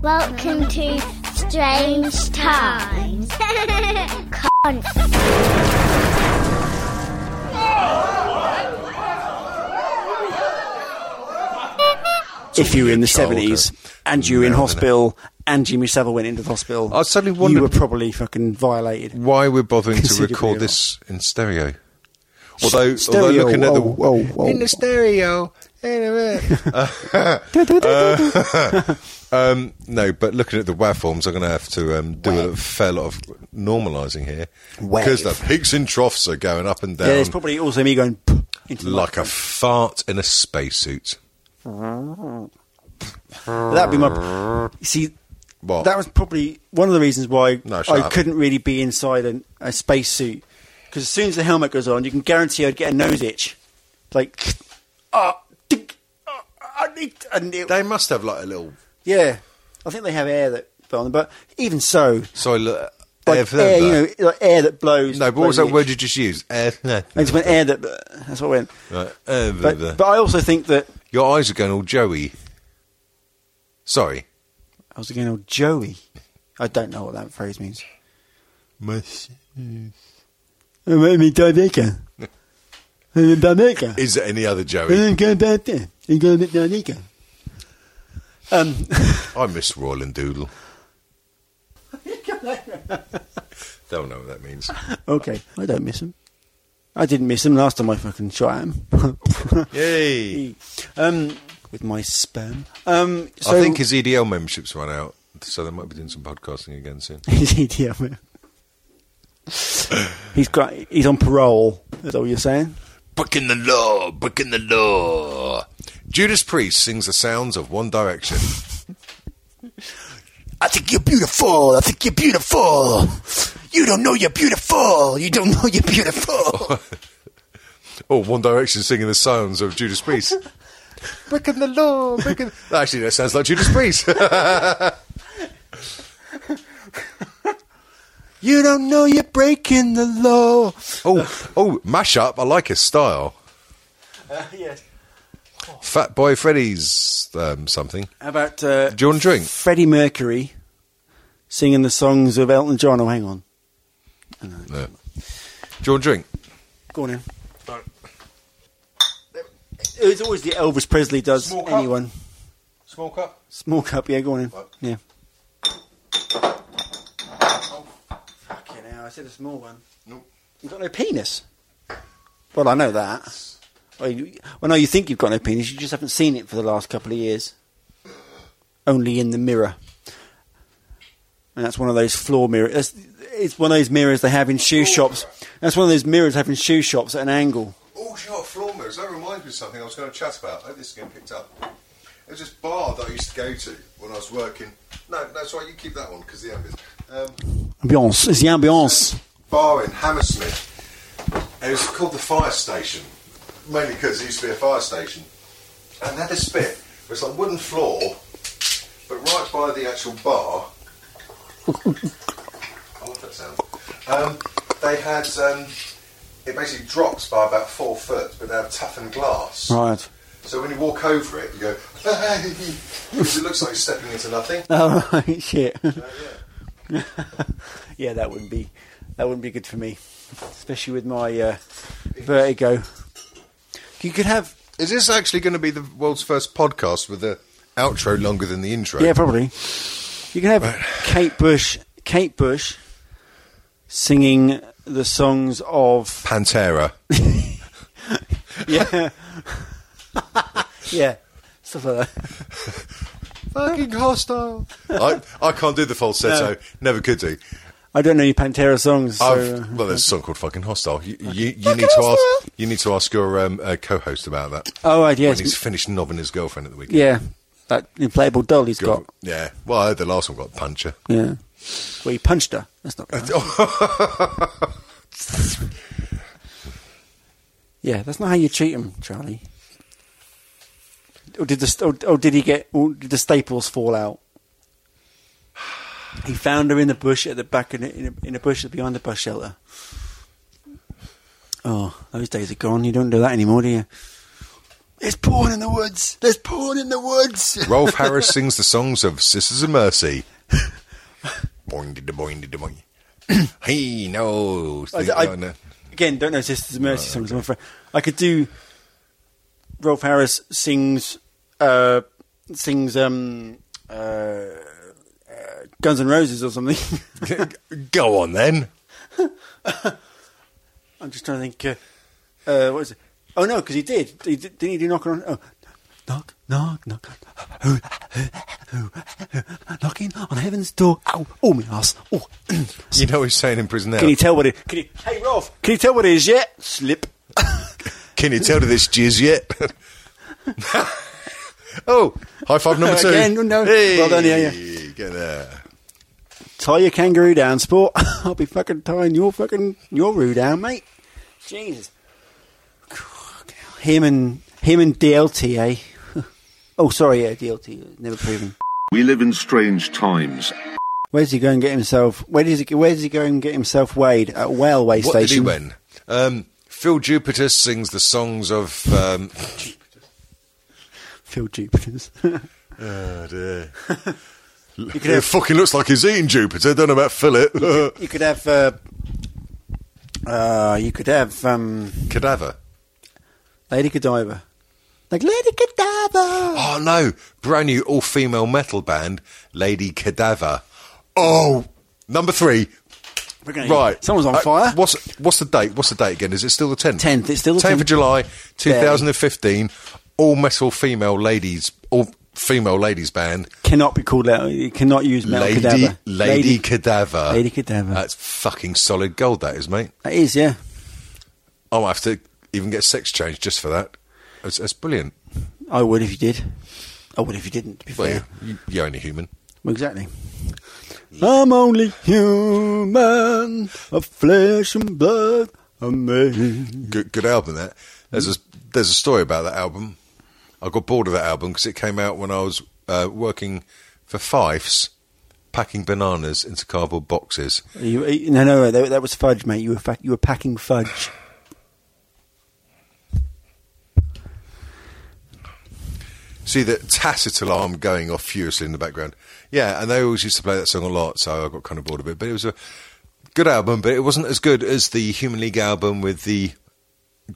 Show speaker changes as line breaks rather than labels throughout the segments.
Welcome to Strange Times. Con-
if you were in the
Child, okay.
seventies and you were in
No, no, no.
hospital and Jimmy Savile went into the hospital,
I suddenly wondered-
you were probably fucking violated.
Why we're bothering to
Considerably
record
wrong.
this in stereo? Although, although
stereo,
looking at the
oh, oh, oh.
in the stereo, in a minute. Uh, um, no, but looking at the WAV forms, I'm going to have to um, do a fair lot of normalising here
Wave.
because the peaks and troughs are going up and
Yeah,
down
there's probably also me going "Pff," into the
like a fart in a spacesuit.
mic. that'd be my see.
What?
That was probably one of the reasons why
Oh. No, shut
I
up.
couldn't really be inside an, a space suit because as soon as the helmet goes on, you can guarantee I'd get a nose itch. Like, ah, tick, ah, I need, and it,
They must have like a little.
yeah, I think they have air that on them, but even so,
Sorry, look. air
like air,
filter.
you know, like air that blows.
no, but what
blows
was that
the
word you just used? Air.
I just went air that. That's what I went.
Right, air filter.
But, but I also think that
Your eyes are going all joey. Sorry.
I was again old Joey. I don't know what that phrase means. Oh, me Jamaica. I'm Jamaica.
Is there any other Joey?
I'm going back there. I'm going to Jamaica. Um,
I miss Royal and Doodle. Don't know what that means.
okay, I don't miss him. I didn't miss him last time I fucking shot him.
Yay!
um, with my sperm. Um, so
I think his EDL membership's run out, so they might be doing some podcasting again soon.
He's EDM. he's got. He's on parole. Is that what you're saying?
Booking the law, booking the law. Judas Priest sings the sounds of One Direction.
I think you're beautiful. I think you're beautiful. You don't know you're beautiful. You don't know you're beautiful.
Oh, One Direction singing the sounds of Judas Priest. booking the law, booking. Actually, that sounds like Judas Priest.
you don't know you're breaking the law.
oh, oh, mash up. I like his style.
yes.
Fat Boy Freddy's um, something.
How about uh,
Do you want a drink?
Freddie Mercury singing the songs of Elton John? Oh, hang on.
No. Do you want a drink?
Go on in. It's always the Elvis Presley does
Small cup.
anyone.
Small cup.
Small cup, yeah, go on in.
Right.
Yeah. Fucking hell, I said a small one.
No.
You've got no penis. Well, I know that. Well, you, well, no, you think you've got no penis, you just haven't seen it for the last couple of years. Only in the mirror. And that's one of those floor mirrors. That's, it's one of those mirrors they have in shoe shops. That's one of those mirrors they have in shoe shops at an angle.
Oh, do you know what? Floor mirrors. That reminds me of something I was going to chat about. I hope this is getting picked up. There's this bar that I used to go to when I was working. No, that's right. You keep that one because the ambient. Um,
Ambiance. It's the ambiance.
bar in Hammersmith. It was called the Fire Station, mainly because it used to be a fire station. And they had this bit. It was like wooden floor, but right by the actual bar. I love that sound. Um, they had um, it basically drops by about four foot, but they had toughened glass.
Right.
So when you walk over it, you go, because it looks like you're stepping into nothing.
Oh right, shit. yeah, that wouldn't be that wouldn't be good for me, especially with my uh, vertigo. You could have
Is this actually going to be the world's first podcast with the outro longer than the intro?
yeah, probably. You could have Kate Bush, Kate Bush, singing the songs of
Pantera.
yeah, yeah, stuff like that.
Fucking hostile. I, I can't do the falsetto. Never could do.
I don't know any Pantera songs. So, uh,
I've, well, there's a song called "Fucking Hostile." You, you, you need to ask. You need to ask your um, uh, co-host about that.
oh, right,
when
yes,
he's finished knobbing his girlfriend at the weekend.
yeah, that inflatable doll he's
Girl-
got.
yeah. Well, I heard the last one got puncher.
Yeah, well, he punched her. That's not. right. Yeah, that's not how you treat him, Charlie. Or did the st- or, or did he get? Or did the staples fall out? He found her in the bush at the back in a, in a, in a bush behind the bus shelter. Oh, those days are gone. You don't do that anymore, do you? There's porn in the woods. There's porn in the woods.
Rolf Harris sings the songs of Sisters of Mercy. boing de boing de boing. He knows.
I-
the-
I-
oh, no.
Again, don't know Sisters of Mercy songs. I'm afraid. I could do. Rolf Harris sings, uh, sings um, uh, uh, Guns N' Roses or something.
Go on then.
I'm just trying to think. Uh, uh, what is it? Oh no, because he did. He did. Didn't he do knock on? Oh, knock, knock, knock. Who, who, who, who, knocking on heaven's door. Ow! Oh my ass. Oh.
You know what he's saying in prison now.
Can you tell what it? Can you? Hey Rolf, can you tell what it is yet? Slip.
Can you tell to this jizz yet? oh, high five number two.
Again, no.
Hey,
Well done, yeah,
Get there.
Tie your kangaroo down, sport. I'll be fucking tying your fucking your roo down, mate. Jesus. Him and him and DLT, eh? Oh, sorry, yeah, DLT. Never proven.
We live in strange times.
Where does he go and get himself? Where does he? Where does he go and get himself weighed at railway
What did he
station?
win? Um, Phil Jupiter sings the songs of. Um,
Phil Jupiter's.
oh dear.
could
it
have-
fucking looks like he's eating Jupiter. Don't know about Philip.
you could have. Uh, uh, you could have um,
Cadaver.
Lady Godiva. Like Lady Godiva.
Oh no! Brand new all-female metal band, Lady Cadaver. Oh, number three.
We're gonna-
Right,
Someone's on
Uh,
fire.
What's what's the date? What's the date again? Is it still the tenth?
10th, it's still the
10th of
10th.
July, two thousand and fifteen. All metal female ladies, all female ladies band.
Cannot be called out. You cannot use metal
Lady,
cadaver.
Lady Cadaver.
Lady Cadaver.
That's fucking solid gold. That is, mate.
That is, yeah.
I might have to even get sex change just for that. That's, that's brilliant.
I would if you did. I would if you didn't. To be
Well,
fair.
you, you're only human.
Exactly. I'm only human, of flesh and blood. A man.
good, good album that. There's a there's a story about that album. I got bored of that album because it came out when I was uh, working for Fifes, packing bananas into cardboard boxes.
You, you- no, no, that, that was fudge, mate. You were fa- you were packing fudge.
See the tacit alarm going off furiously in the background. Yeah, and they always used to play that song a lot, so I got kind of bored of it. But it was a good album, but it wasn't as good as the Human League album with the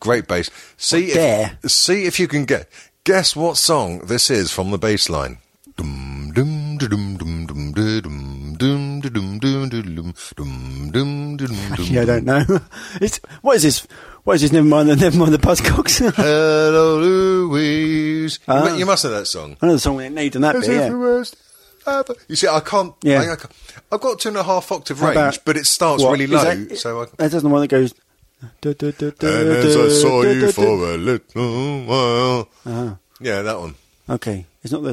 great bass. See
Dare.
if see if you can get guess what song this is from the bass line. Dum, dum, da-dum, dum, dum, da-dum, dum, da-dum, dum, da-dum, dum, dum, da-dum,
Actually, I
dum,
don't know. It's what is this? What is this? Never mind. the Never mind the Buzzcocks.
Hello, Louise. You mu- You must know that song.
Another song we need on that
It's
bit.
the
Yeah.
worst ever. You see, I can't.
Yeah.
I, I can't- I've got two and a half octave
How
range,
about-
but it starts
what?
really
Is
low.
that-
so I.
that doesn't the one that goes.
And as I saw you for a little while.
Ah.
Yeah, that one.
Okay, it's not the.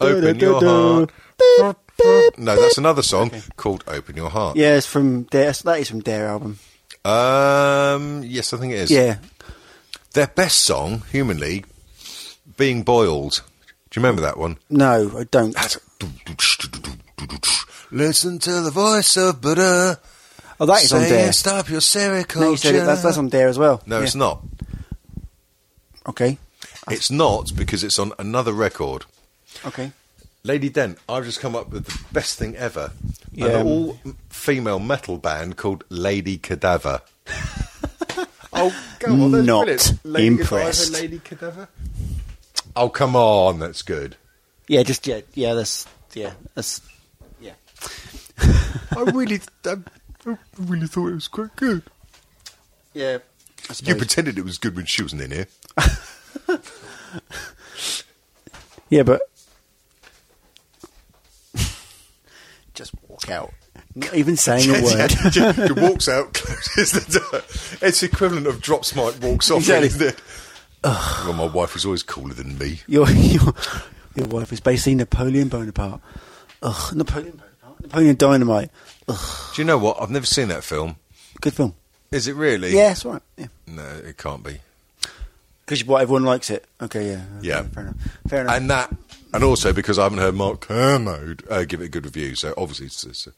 Open your heart. No, that's another song called "Open Your Heart."
Yeah, it's from Dare. That is from Dare album.
Um. Yes, I think it is.
Yeah,
Their best song, Human League, being boiled. Do you remember that one?
no, I don't.
That's- Listen to the voice of Buddha.
Oh, that is on
saying,
Dare.
Stop your sericulture.
No, you said it. That's, that's on Dare as well.
No,
Yeah.
it's not.
Okay,
It's not because it's on another record.
okay.
Lady Dent, I've just come up with the best thing ever.
Yeah.
An all female metal band called Lady Cadaver. oh, go on. That's
Not
brilliant.
impressed.
Cadaver, Lady Cadaver? Oh, come on. That's good.
Yeah, just yeah, yeah. That's yeah, that's yeah.
I really, I, I really thought it was quite good.
Yeah. I
You
suppose.
pretended it was good when she wasn't in here.
yeah, but just walk out. Not even saying a word.
She walks out, closes the door. It's equivalent of drops Mike walks off,
Exactly.
isn't it? Well, my wife was always cooler than me.
Your your your wife is basically Napoleon Bonaparte. Ugh, Napoleon Bonaparte. Napoleon Dynamite.
Do you know what? I've never seen that film.
Good film.
Is it really?
Yeah, that's right. Yeah.
No, it can't be.
Because what everyone likes it. Okay, yeah. okay,
Yeah.
Fair enough. Fair enough.
And that, and also because I haven't heard Mark Kermode uh, give it a good review, so obviously it's, it's a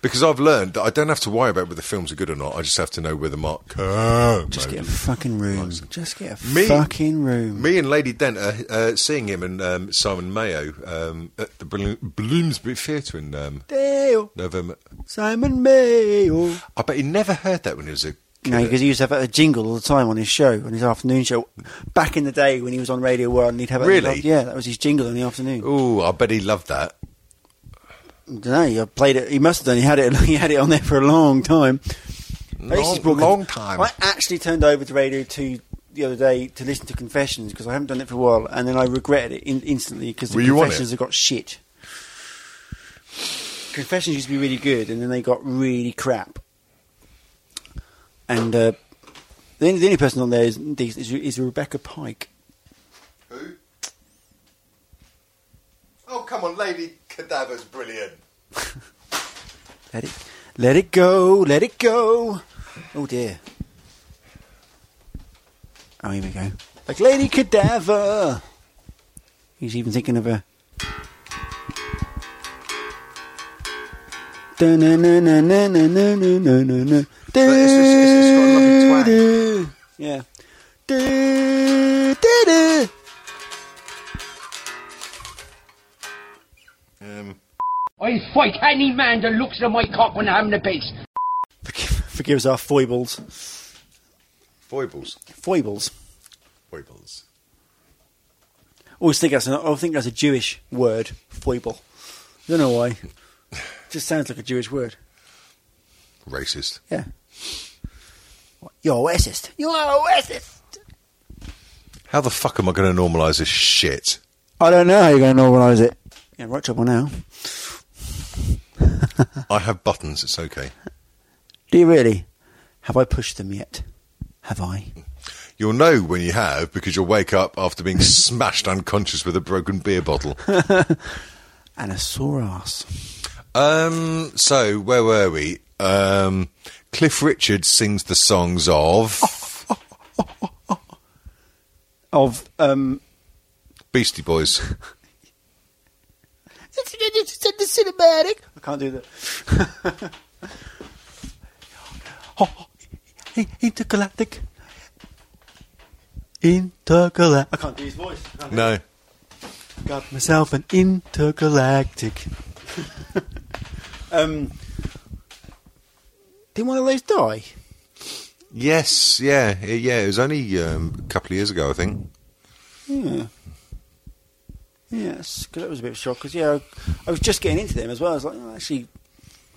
Because I've learned that I don't have to worry about whether films are good or not. I just have to know whether Mark Kermode
Just get a fucking room. Just get a
Me-
fucking room.
Me and Lady Dent are uh, seeing him and um, Simon Mayo um, at the Blo- Bloomsbury Theatre in um,
Dale,
November.
Simon Mayo.
I bet he never heard that when he was a kid.
No, because he used to have a jingle all the time on his show, on his afternoon show. Back in the day when he was on Radio One, he'd have it.
Really?
Yeah, that was his jingle in the afternoon.
Ooh, I bet he loved that.
I don't know. He played it. He must have done. He had it. He had it on there for a long time. I used to
Long,
broadcast-
long time.
I actually turned over to Radio Two the other day to listen to Confessions because I haven't done it for a while, and then I regretted it in- instantly because the
Were you on
Confessions
it?
have got shit. Confessions used to be really good, and then they got really crap. And uh, the, only, the only person on there is, is, is Rebecca Pike.
Who? Oh, come on, Lady Cadaver's brilliant.
Let it, let it go, let it go. Oh dear. Oh, here we go. Like Lady Cadaver. He's even thinking of a. Da-na-na-na-na-na-na-na-na-na.
it's just- it's just got a lovely twang.
Du-du. Yeah. Du- du-du.
Um,
I fight any man that looks at my cock when I'm in the base.
Forgive forgive us our foibles.
foibles.
Foibles.
Foibles.
always think that's an, I think that's a Jewish word, foible. don't know why. Just sounds like a Jewish word.
Racist.
Yeah. You're a racist. You're a racist.
How the fuck am I going to normalise this shit?
I don't know how you're going to normalise it. Yeah, right trouble now.
I have buttons, it's okay.
Do you really? Have I pushed them yet? Have I?
You'll know when you have because you'll wake up after being smashed unconscious with a broken beer bottle.
And a sore ass.
Um, so where were we? Um, Cliff Richard sings the songs of
Of, um...
Beastie Boys.
the cinematic. I can't do that. oh, in- intergalactic. Intergalactic. I can't do his voice.
No,
Got myself an intergalactic. um, did one of those die?
yes, yeah, eh, yeah. It was only um, a couple of years ago, I think.
Yeah. Yes, because that was a bit of a shock. Because yeah, I, I was just getting into them as well. I was like, oh, I actually,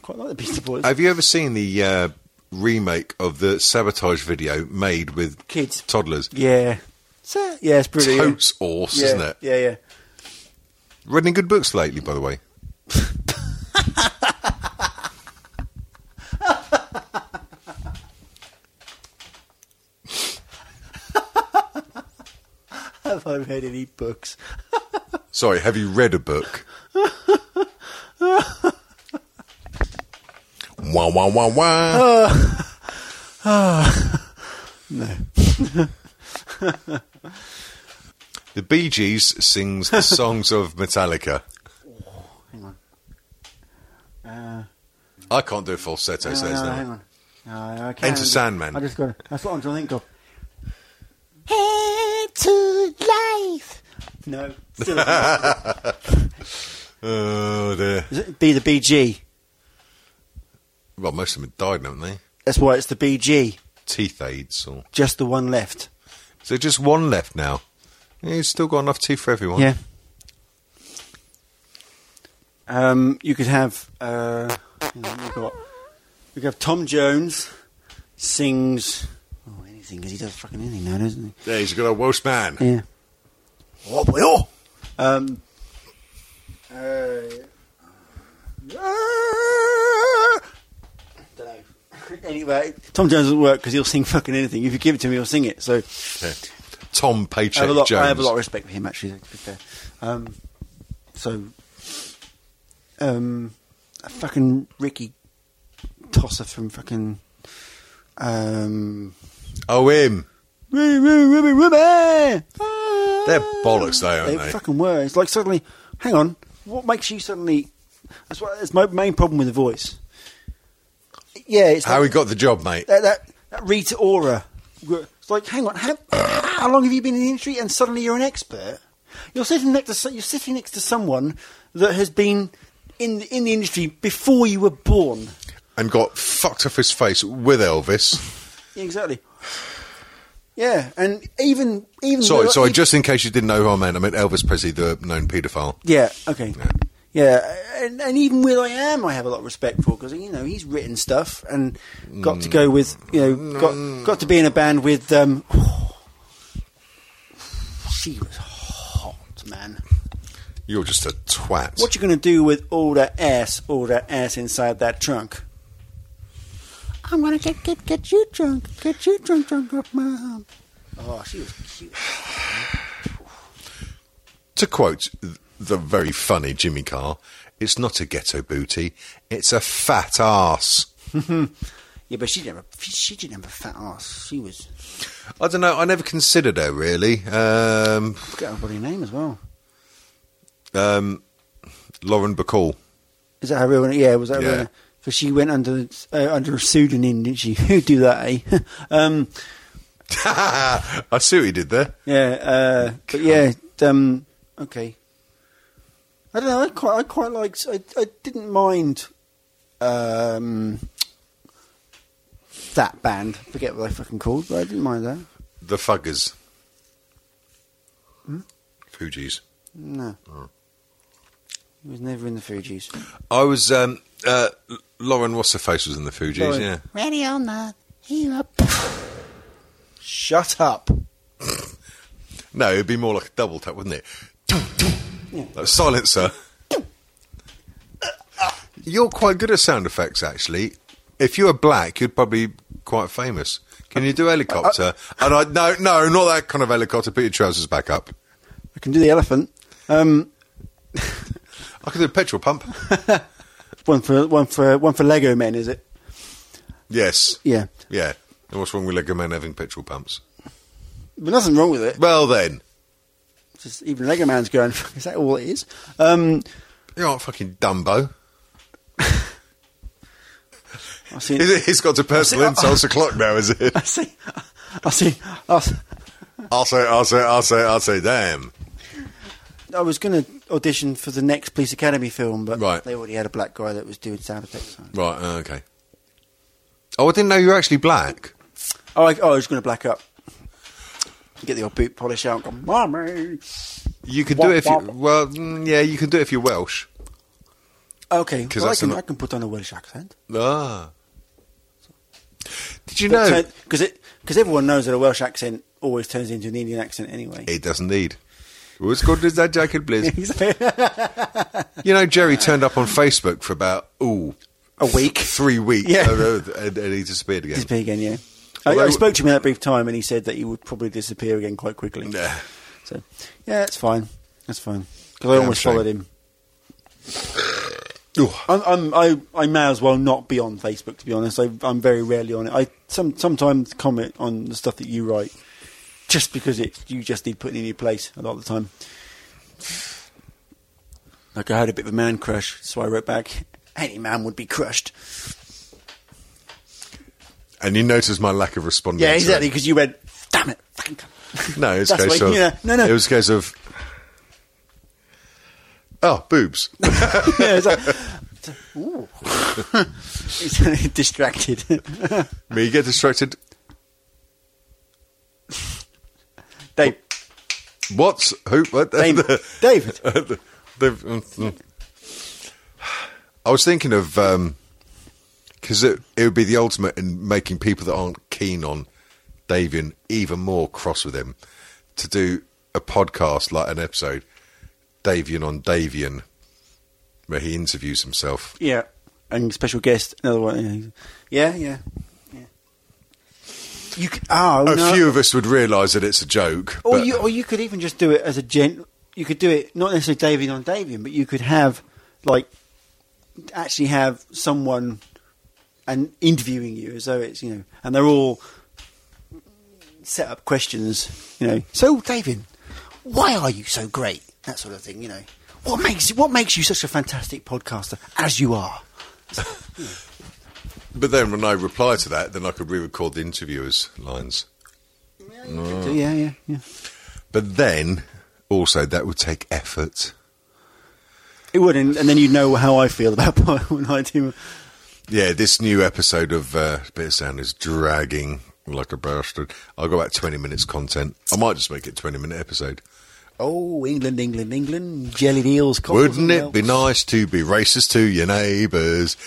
quite like the Beastie Boys.
Have you ever seen the uh, remake of the Sabotage video made with
Kids.
toddlers?
yeah. So yeah, it's pretty.
Totes awesome,
yeah.
isn't it?
Yeah, yeah.
Read any good books lately, by the way?
Have I read any books?
Sorry, have you read a book? wah wah wah wah. The Bee Gees sings the songs of Metallica.
Oh, Hang on.
Uh, I can't do falsetto,
No,
says
no,
no,
Uh, hang on. No, I can't.
Enter Sandman.
I just got. That's what I'm trying to think of.
Head to life.
No. Still,
Oh dear.
Is it- be the BG.
Well, most of them have died, haven't they?
That's why it's the BG.
Teeth aids. Or...
Just the one left.
So just one left now. Yeah, he's still got enough teeth for everyone.
Yeah. Um, you could have uh, hang on, we've got we could have Tom Jones sings oh anything because he does fucking anything now, doesn't
Yeah, he's a good old Welsh man.
he? Yeah.
Oh, boy, oh.
Um, uh, dunno. anyway, Tom Jones will work because he'll sing fucking anything. If you give it to him, he'll sing it. So
Yeah. Tom
I
Paycheck
have, a lot,
Jones.
I have a lot of respect for him, actually, to be fair. Um, so, um, a fucking Ricky tosser from fucking. Um,
Oh, him.
Ruby, Ruby, Ruby!
They're bollocks, they
They
aren't they?
fucking were. It's like suddenly, hang on, what makes you suddenly? That's what. It's my main problem with the voice. yeah, it's
How
that,
he got the job, mate?
that, that, that Rita Ora. It's like, hang on, how, how long have you been in the industry and suddenly you're an expert? You're sitting next to so- you're sitting next to someone that has been in the, in the industry before you were born.
And got fucked off his face with Elvis.
Yeah, exactly. Yeah, and even even
Sorry,
though-
sorry.
e-
Just in case you didn't know who I meant, I meant Elvis Presley, the known paedophile.
Yeah. Okay. Yeah, and, and even with I am, I have a lot of respect for because you know he's written stuff and got to go with you know got got to be in a band with. Um, she was hot, man.
You're just a twat.
What you gonna do with all that ass, all that ass inside that trunk?
I'm gonna get, get, get you drunk. Get you drunk, drunk up my arm.
Oh, she was cute.
to quote th- the very funny Jimmy Carr, "It's not a ghetto booty. It's a fat ass."
Yeah, but she didn't have a, she didn't have a fat ass. She was
I don't know. I never considered her really. Um,
got her bloody name as well.
um, Lauren Bacall.
Is that her real name? Yeah, was that her
Yeah.
real name? Because she went under uh, under a pseudonym, didn't she? Who'd do that, eh? um,
I see what you did there.
yeah, uh, but yeah, um, okay. I don't know, I quite, I quite liked, I, I didn't mind um, that band. forget what they fucking called, but I didn't mind that.
The Fuggers. Fugees.
No.
Oh.
He was never in the Fugees.
I was. Um, uh, L- Lauren What's Her Face was in the Fugees,
Lauren.
yeah.
Ready or not, here up.
Shut up.
No, it'd be more like a double tap, wouldn't it? Like silencer. You're quite good at sound effects, actually. If you were black, you'd probably be quite famous. Can you do helicopter? And I no, no, not that kind of helicopter. Put your trousers back up.
I can do the elephant. Um,
I could do a petrol pump.
one for one for one for Lego men, is it?
yes.
Yeah.
Yeah. And what's wrong with Lego men having petrol pumps?
But nothing wrong with it.
Well then,
Just even Lego Man's going, is that all it is? Um,
you aren't fucking Dumbo.
I see.
Is it, it's got to personal insults o'clock now, is it?
I see. I see. I was,
I'll say, I'll say, I'll say, I'll say, damn.
I was going to audition for the next Police Academy film, but
Right.
they already had a black guy that was doing sound effects.
Right, uh, okay. Oh, I didn't know you were actually black.
Oh, I, oh, I was going to black up. Get the old boot polish out. Go, Mommy.
You could
Womp
do it if you,
womp.
well, mm, yeah, you can do it if you're Welsh.
Okay,
'Cause
well, I,
that's
can,
an-
I can put on a Welsh accent.
Ah. Did you know?
Because uh, it because everyone knows that a Welsh accent always turns into an Indian accent anyway.
it does indeed. What's good is that jacket, Blizz?
a
you know, Jerry turned up on Facebook for about, ooh,
week.
three weeks.
Yeah.
uh, uh, and, and he disappeared again.
Disappear again, yeah. I,
Although-
I spoke to him in that brief time, and he said that he would probably disappear again quite quickly.
Yeah.
So, yeah, that's fine. That's fine. Because I
Yeah,
almost
shame.
followed him.
Ooh.
I'm, I'm, I, I may as well not be on Facebook, to be honest. I, I'm very rarely on it. I some, sometimes comment on the stuff that you write just because it's you just need putting in your place a lot of the time. Like, I had a bit of a man crush, so I wrote back, any man would be crushed.
And you noticed my lack of responding.
Yeah,
to it.
exactly, because you went, damn it, fucking cunt."
No, it's a
That's
case
why-
of.
yeah, no, no.
It was a case of. Oh, boobs.
yeah, it's like, it's like, ooh. He's distracted.
Me get distracted.
Dave,
What's who? What?
Dave, David.
The- mm, mm. I was thinking of because it, it would be the ultimate in making people that aren't keen on Davian even more cross with him to do a podcast like an episode Davian on Davian where he interviews himself.
Yeah, and special guest. Another one. Yeah, yeah, yeah. yeah. You could, oh
A
no.
few of us would realise that it's a joke.
or
but
you, or you could even just do it as a gent. You could do it not necessarily David on Davian, but you could have like actually have someone and interviewing you as though it's you know, and they're all set up questions. You know, so David, why are you so great? That sort of thing. You know, what makes what makes you such a fantastic podcaster as you are?
But then when I reply to that, then I could re-record the interviewer's lines.
So, yeah, yeah, yeah.
But then also that would take effort.
It would, and, and then you'd know how I feel about when I do.
Yeah, this new episode of uh, Bit of Sound is dragging like a bastard. I'll go about twenty minutes content. I might just make it a twenty minute episode.
Oh, England, England, England, jelly eels. cockles
Wouldn't
and
it be
whelks.
nice to be racist to your neighbours?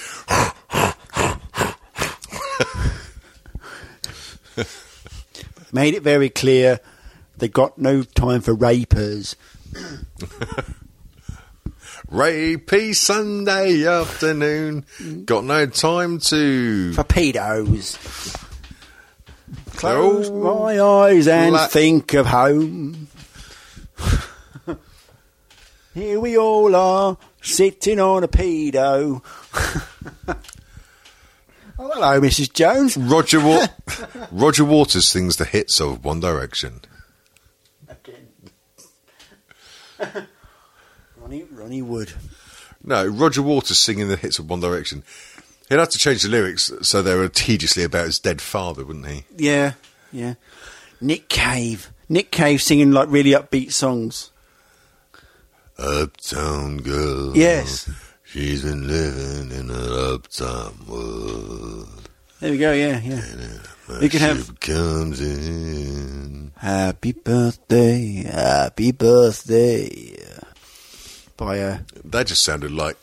Made it very clear they got no time for rapers.
Rapey Sunday afternoon.
Mm.
Got no time to.
For pedos. Close
Oh,
my eyes and
la-
think of home. Here we all are, sitting on a pedo. oh, hello, Mrs. Jones.
Roger Wa- Roger Waters sings the hits of One Direction.
Ronnie, Ronnie Wood.
No, Roger Waters singing the hits of One Direction. He'd have to change the lyrics so they were tediously about his dead father, wouldn't he?
Yeah, yeah. Nick Cave. Nick Cave singing like really upbeat songs.
Uptown girl.
Yes.
She's been living in an uptown world.
There we go, yeah, yeah. You can have
She comes in.
Happy Birthday, Happy Birthday by uh,
That just sounded like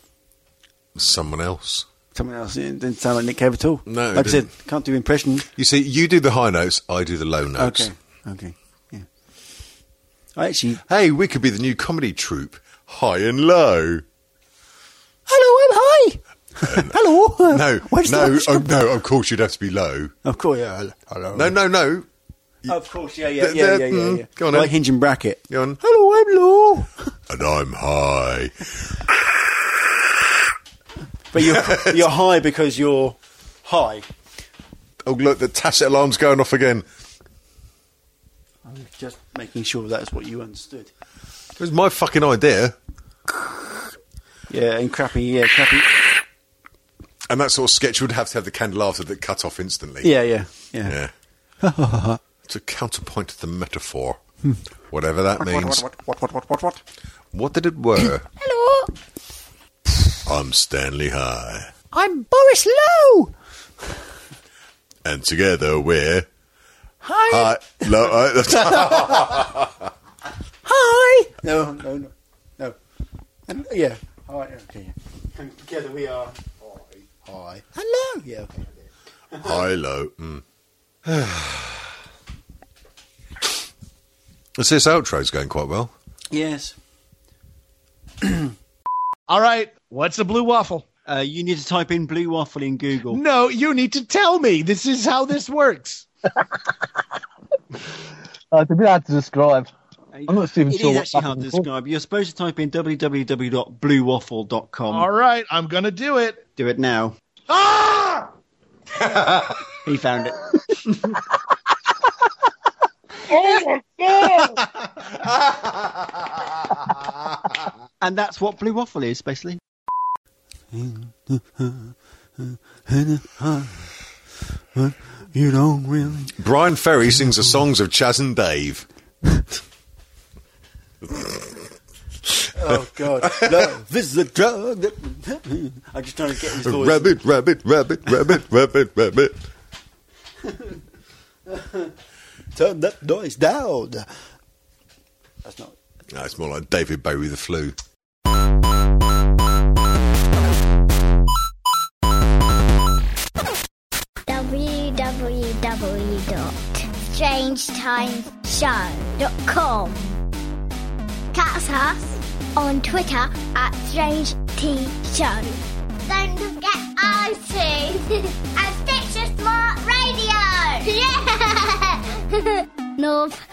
someone else.
someone else. It didn't sound like Nick Cave at all.
No, it
Like I said,
didn't.
can't do impression.
You see, you do the high notes, I do the low notes.
Okay, okay, yeah. I actually.
Hey, we could be the new comedy troupe, High and Low.
Hello, I'm high! Hello!
Um, No,
Where's the
no,
lunch
oh,
come
no. Of course, you'd have to be low.
Of course, yeah. Hello.
No, no, no.
Of course, yeah, yeah,
Th-
yeah,
th-
yeah, yeah.
mm,
yeah.
go on
like
then.
hinge and bracket.
Go on.
Hello, I'm low.
And I'm high.
But you're you're high because you're high.
Oh, look, the tacit alarm's going off again.
Just making sure that's what you understood.
It was my fucking idea.
Yeah, and crappy, yeah, crappy.
And that sort of sketch would have to have the candle after that cut off instantly.
Yeah, yeah, yeah.
Yeah. to counterpoint the metaphor,
Hmm.
whatever that means. What, what, what, what, what, what, did it were?
Hello,
I'm Stanley High.
I'm Boris Lowe.
And together we're.
Hi,
High, low, uh,
hi.
No, no, no, no. And, uh, yeah. All right. Okay. yeah. And together we are. Hi. Hi. Hello. Yeah. Okay.
high, low. Mm. Let's see, this outro's going quite well.
Yes.
All right, what's a blue waffle?
Uh, you need to type in blue waffle in Google.
No, you need to tell me. This is how this works.
Uh, it's a bit hard to describe. I'm not even
It
sure
is
what
actually hard to
happened before.
describe. You're supposed to type in www.bluewaffle.com.
All right, I'm gonna do it.
Do it now.
Ah!
He found it. and that's what blue waffle is, basically. You don't really.
Brian Ferry sings the songs of Chaz and Dave.
Oh God, love is the drug. That... I'm just trying to get his voice.
Rabbit, rabbit, rabbit, rabbit, rabbit, rabbit.
Turn that noise down. That's not.
No, it's more like David Bowie, the flu.
www.strangetimeshow.com. Catch us on Twitter at Strange T Show. Don't forget iTunes and Stitcher Smart Radio. Yeah! North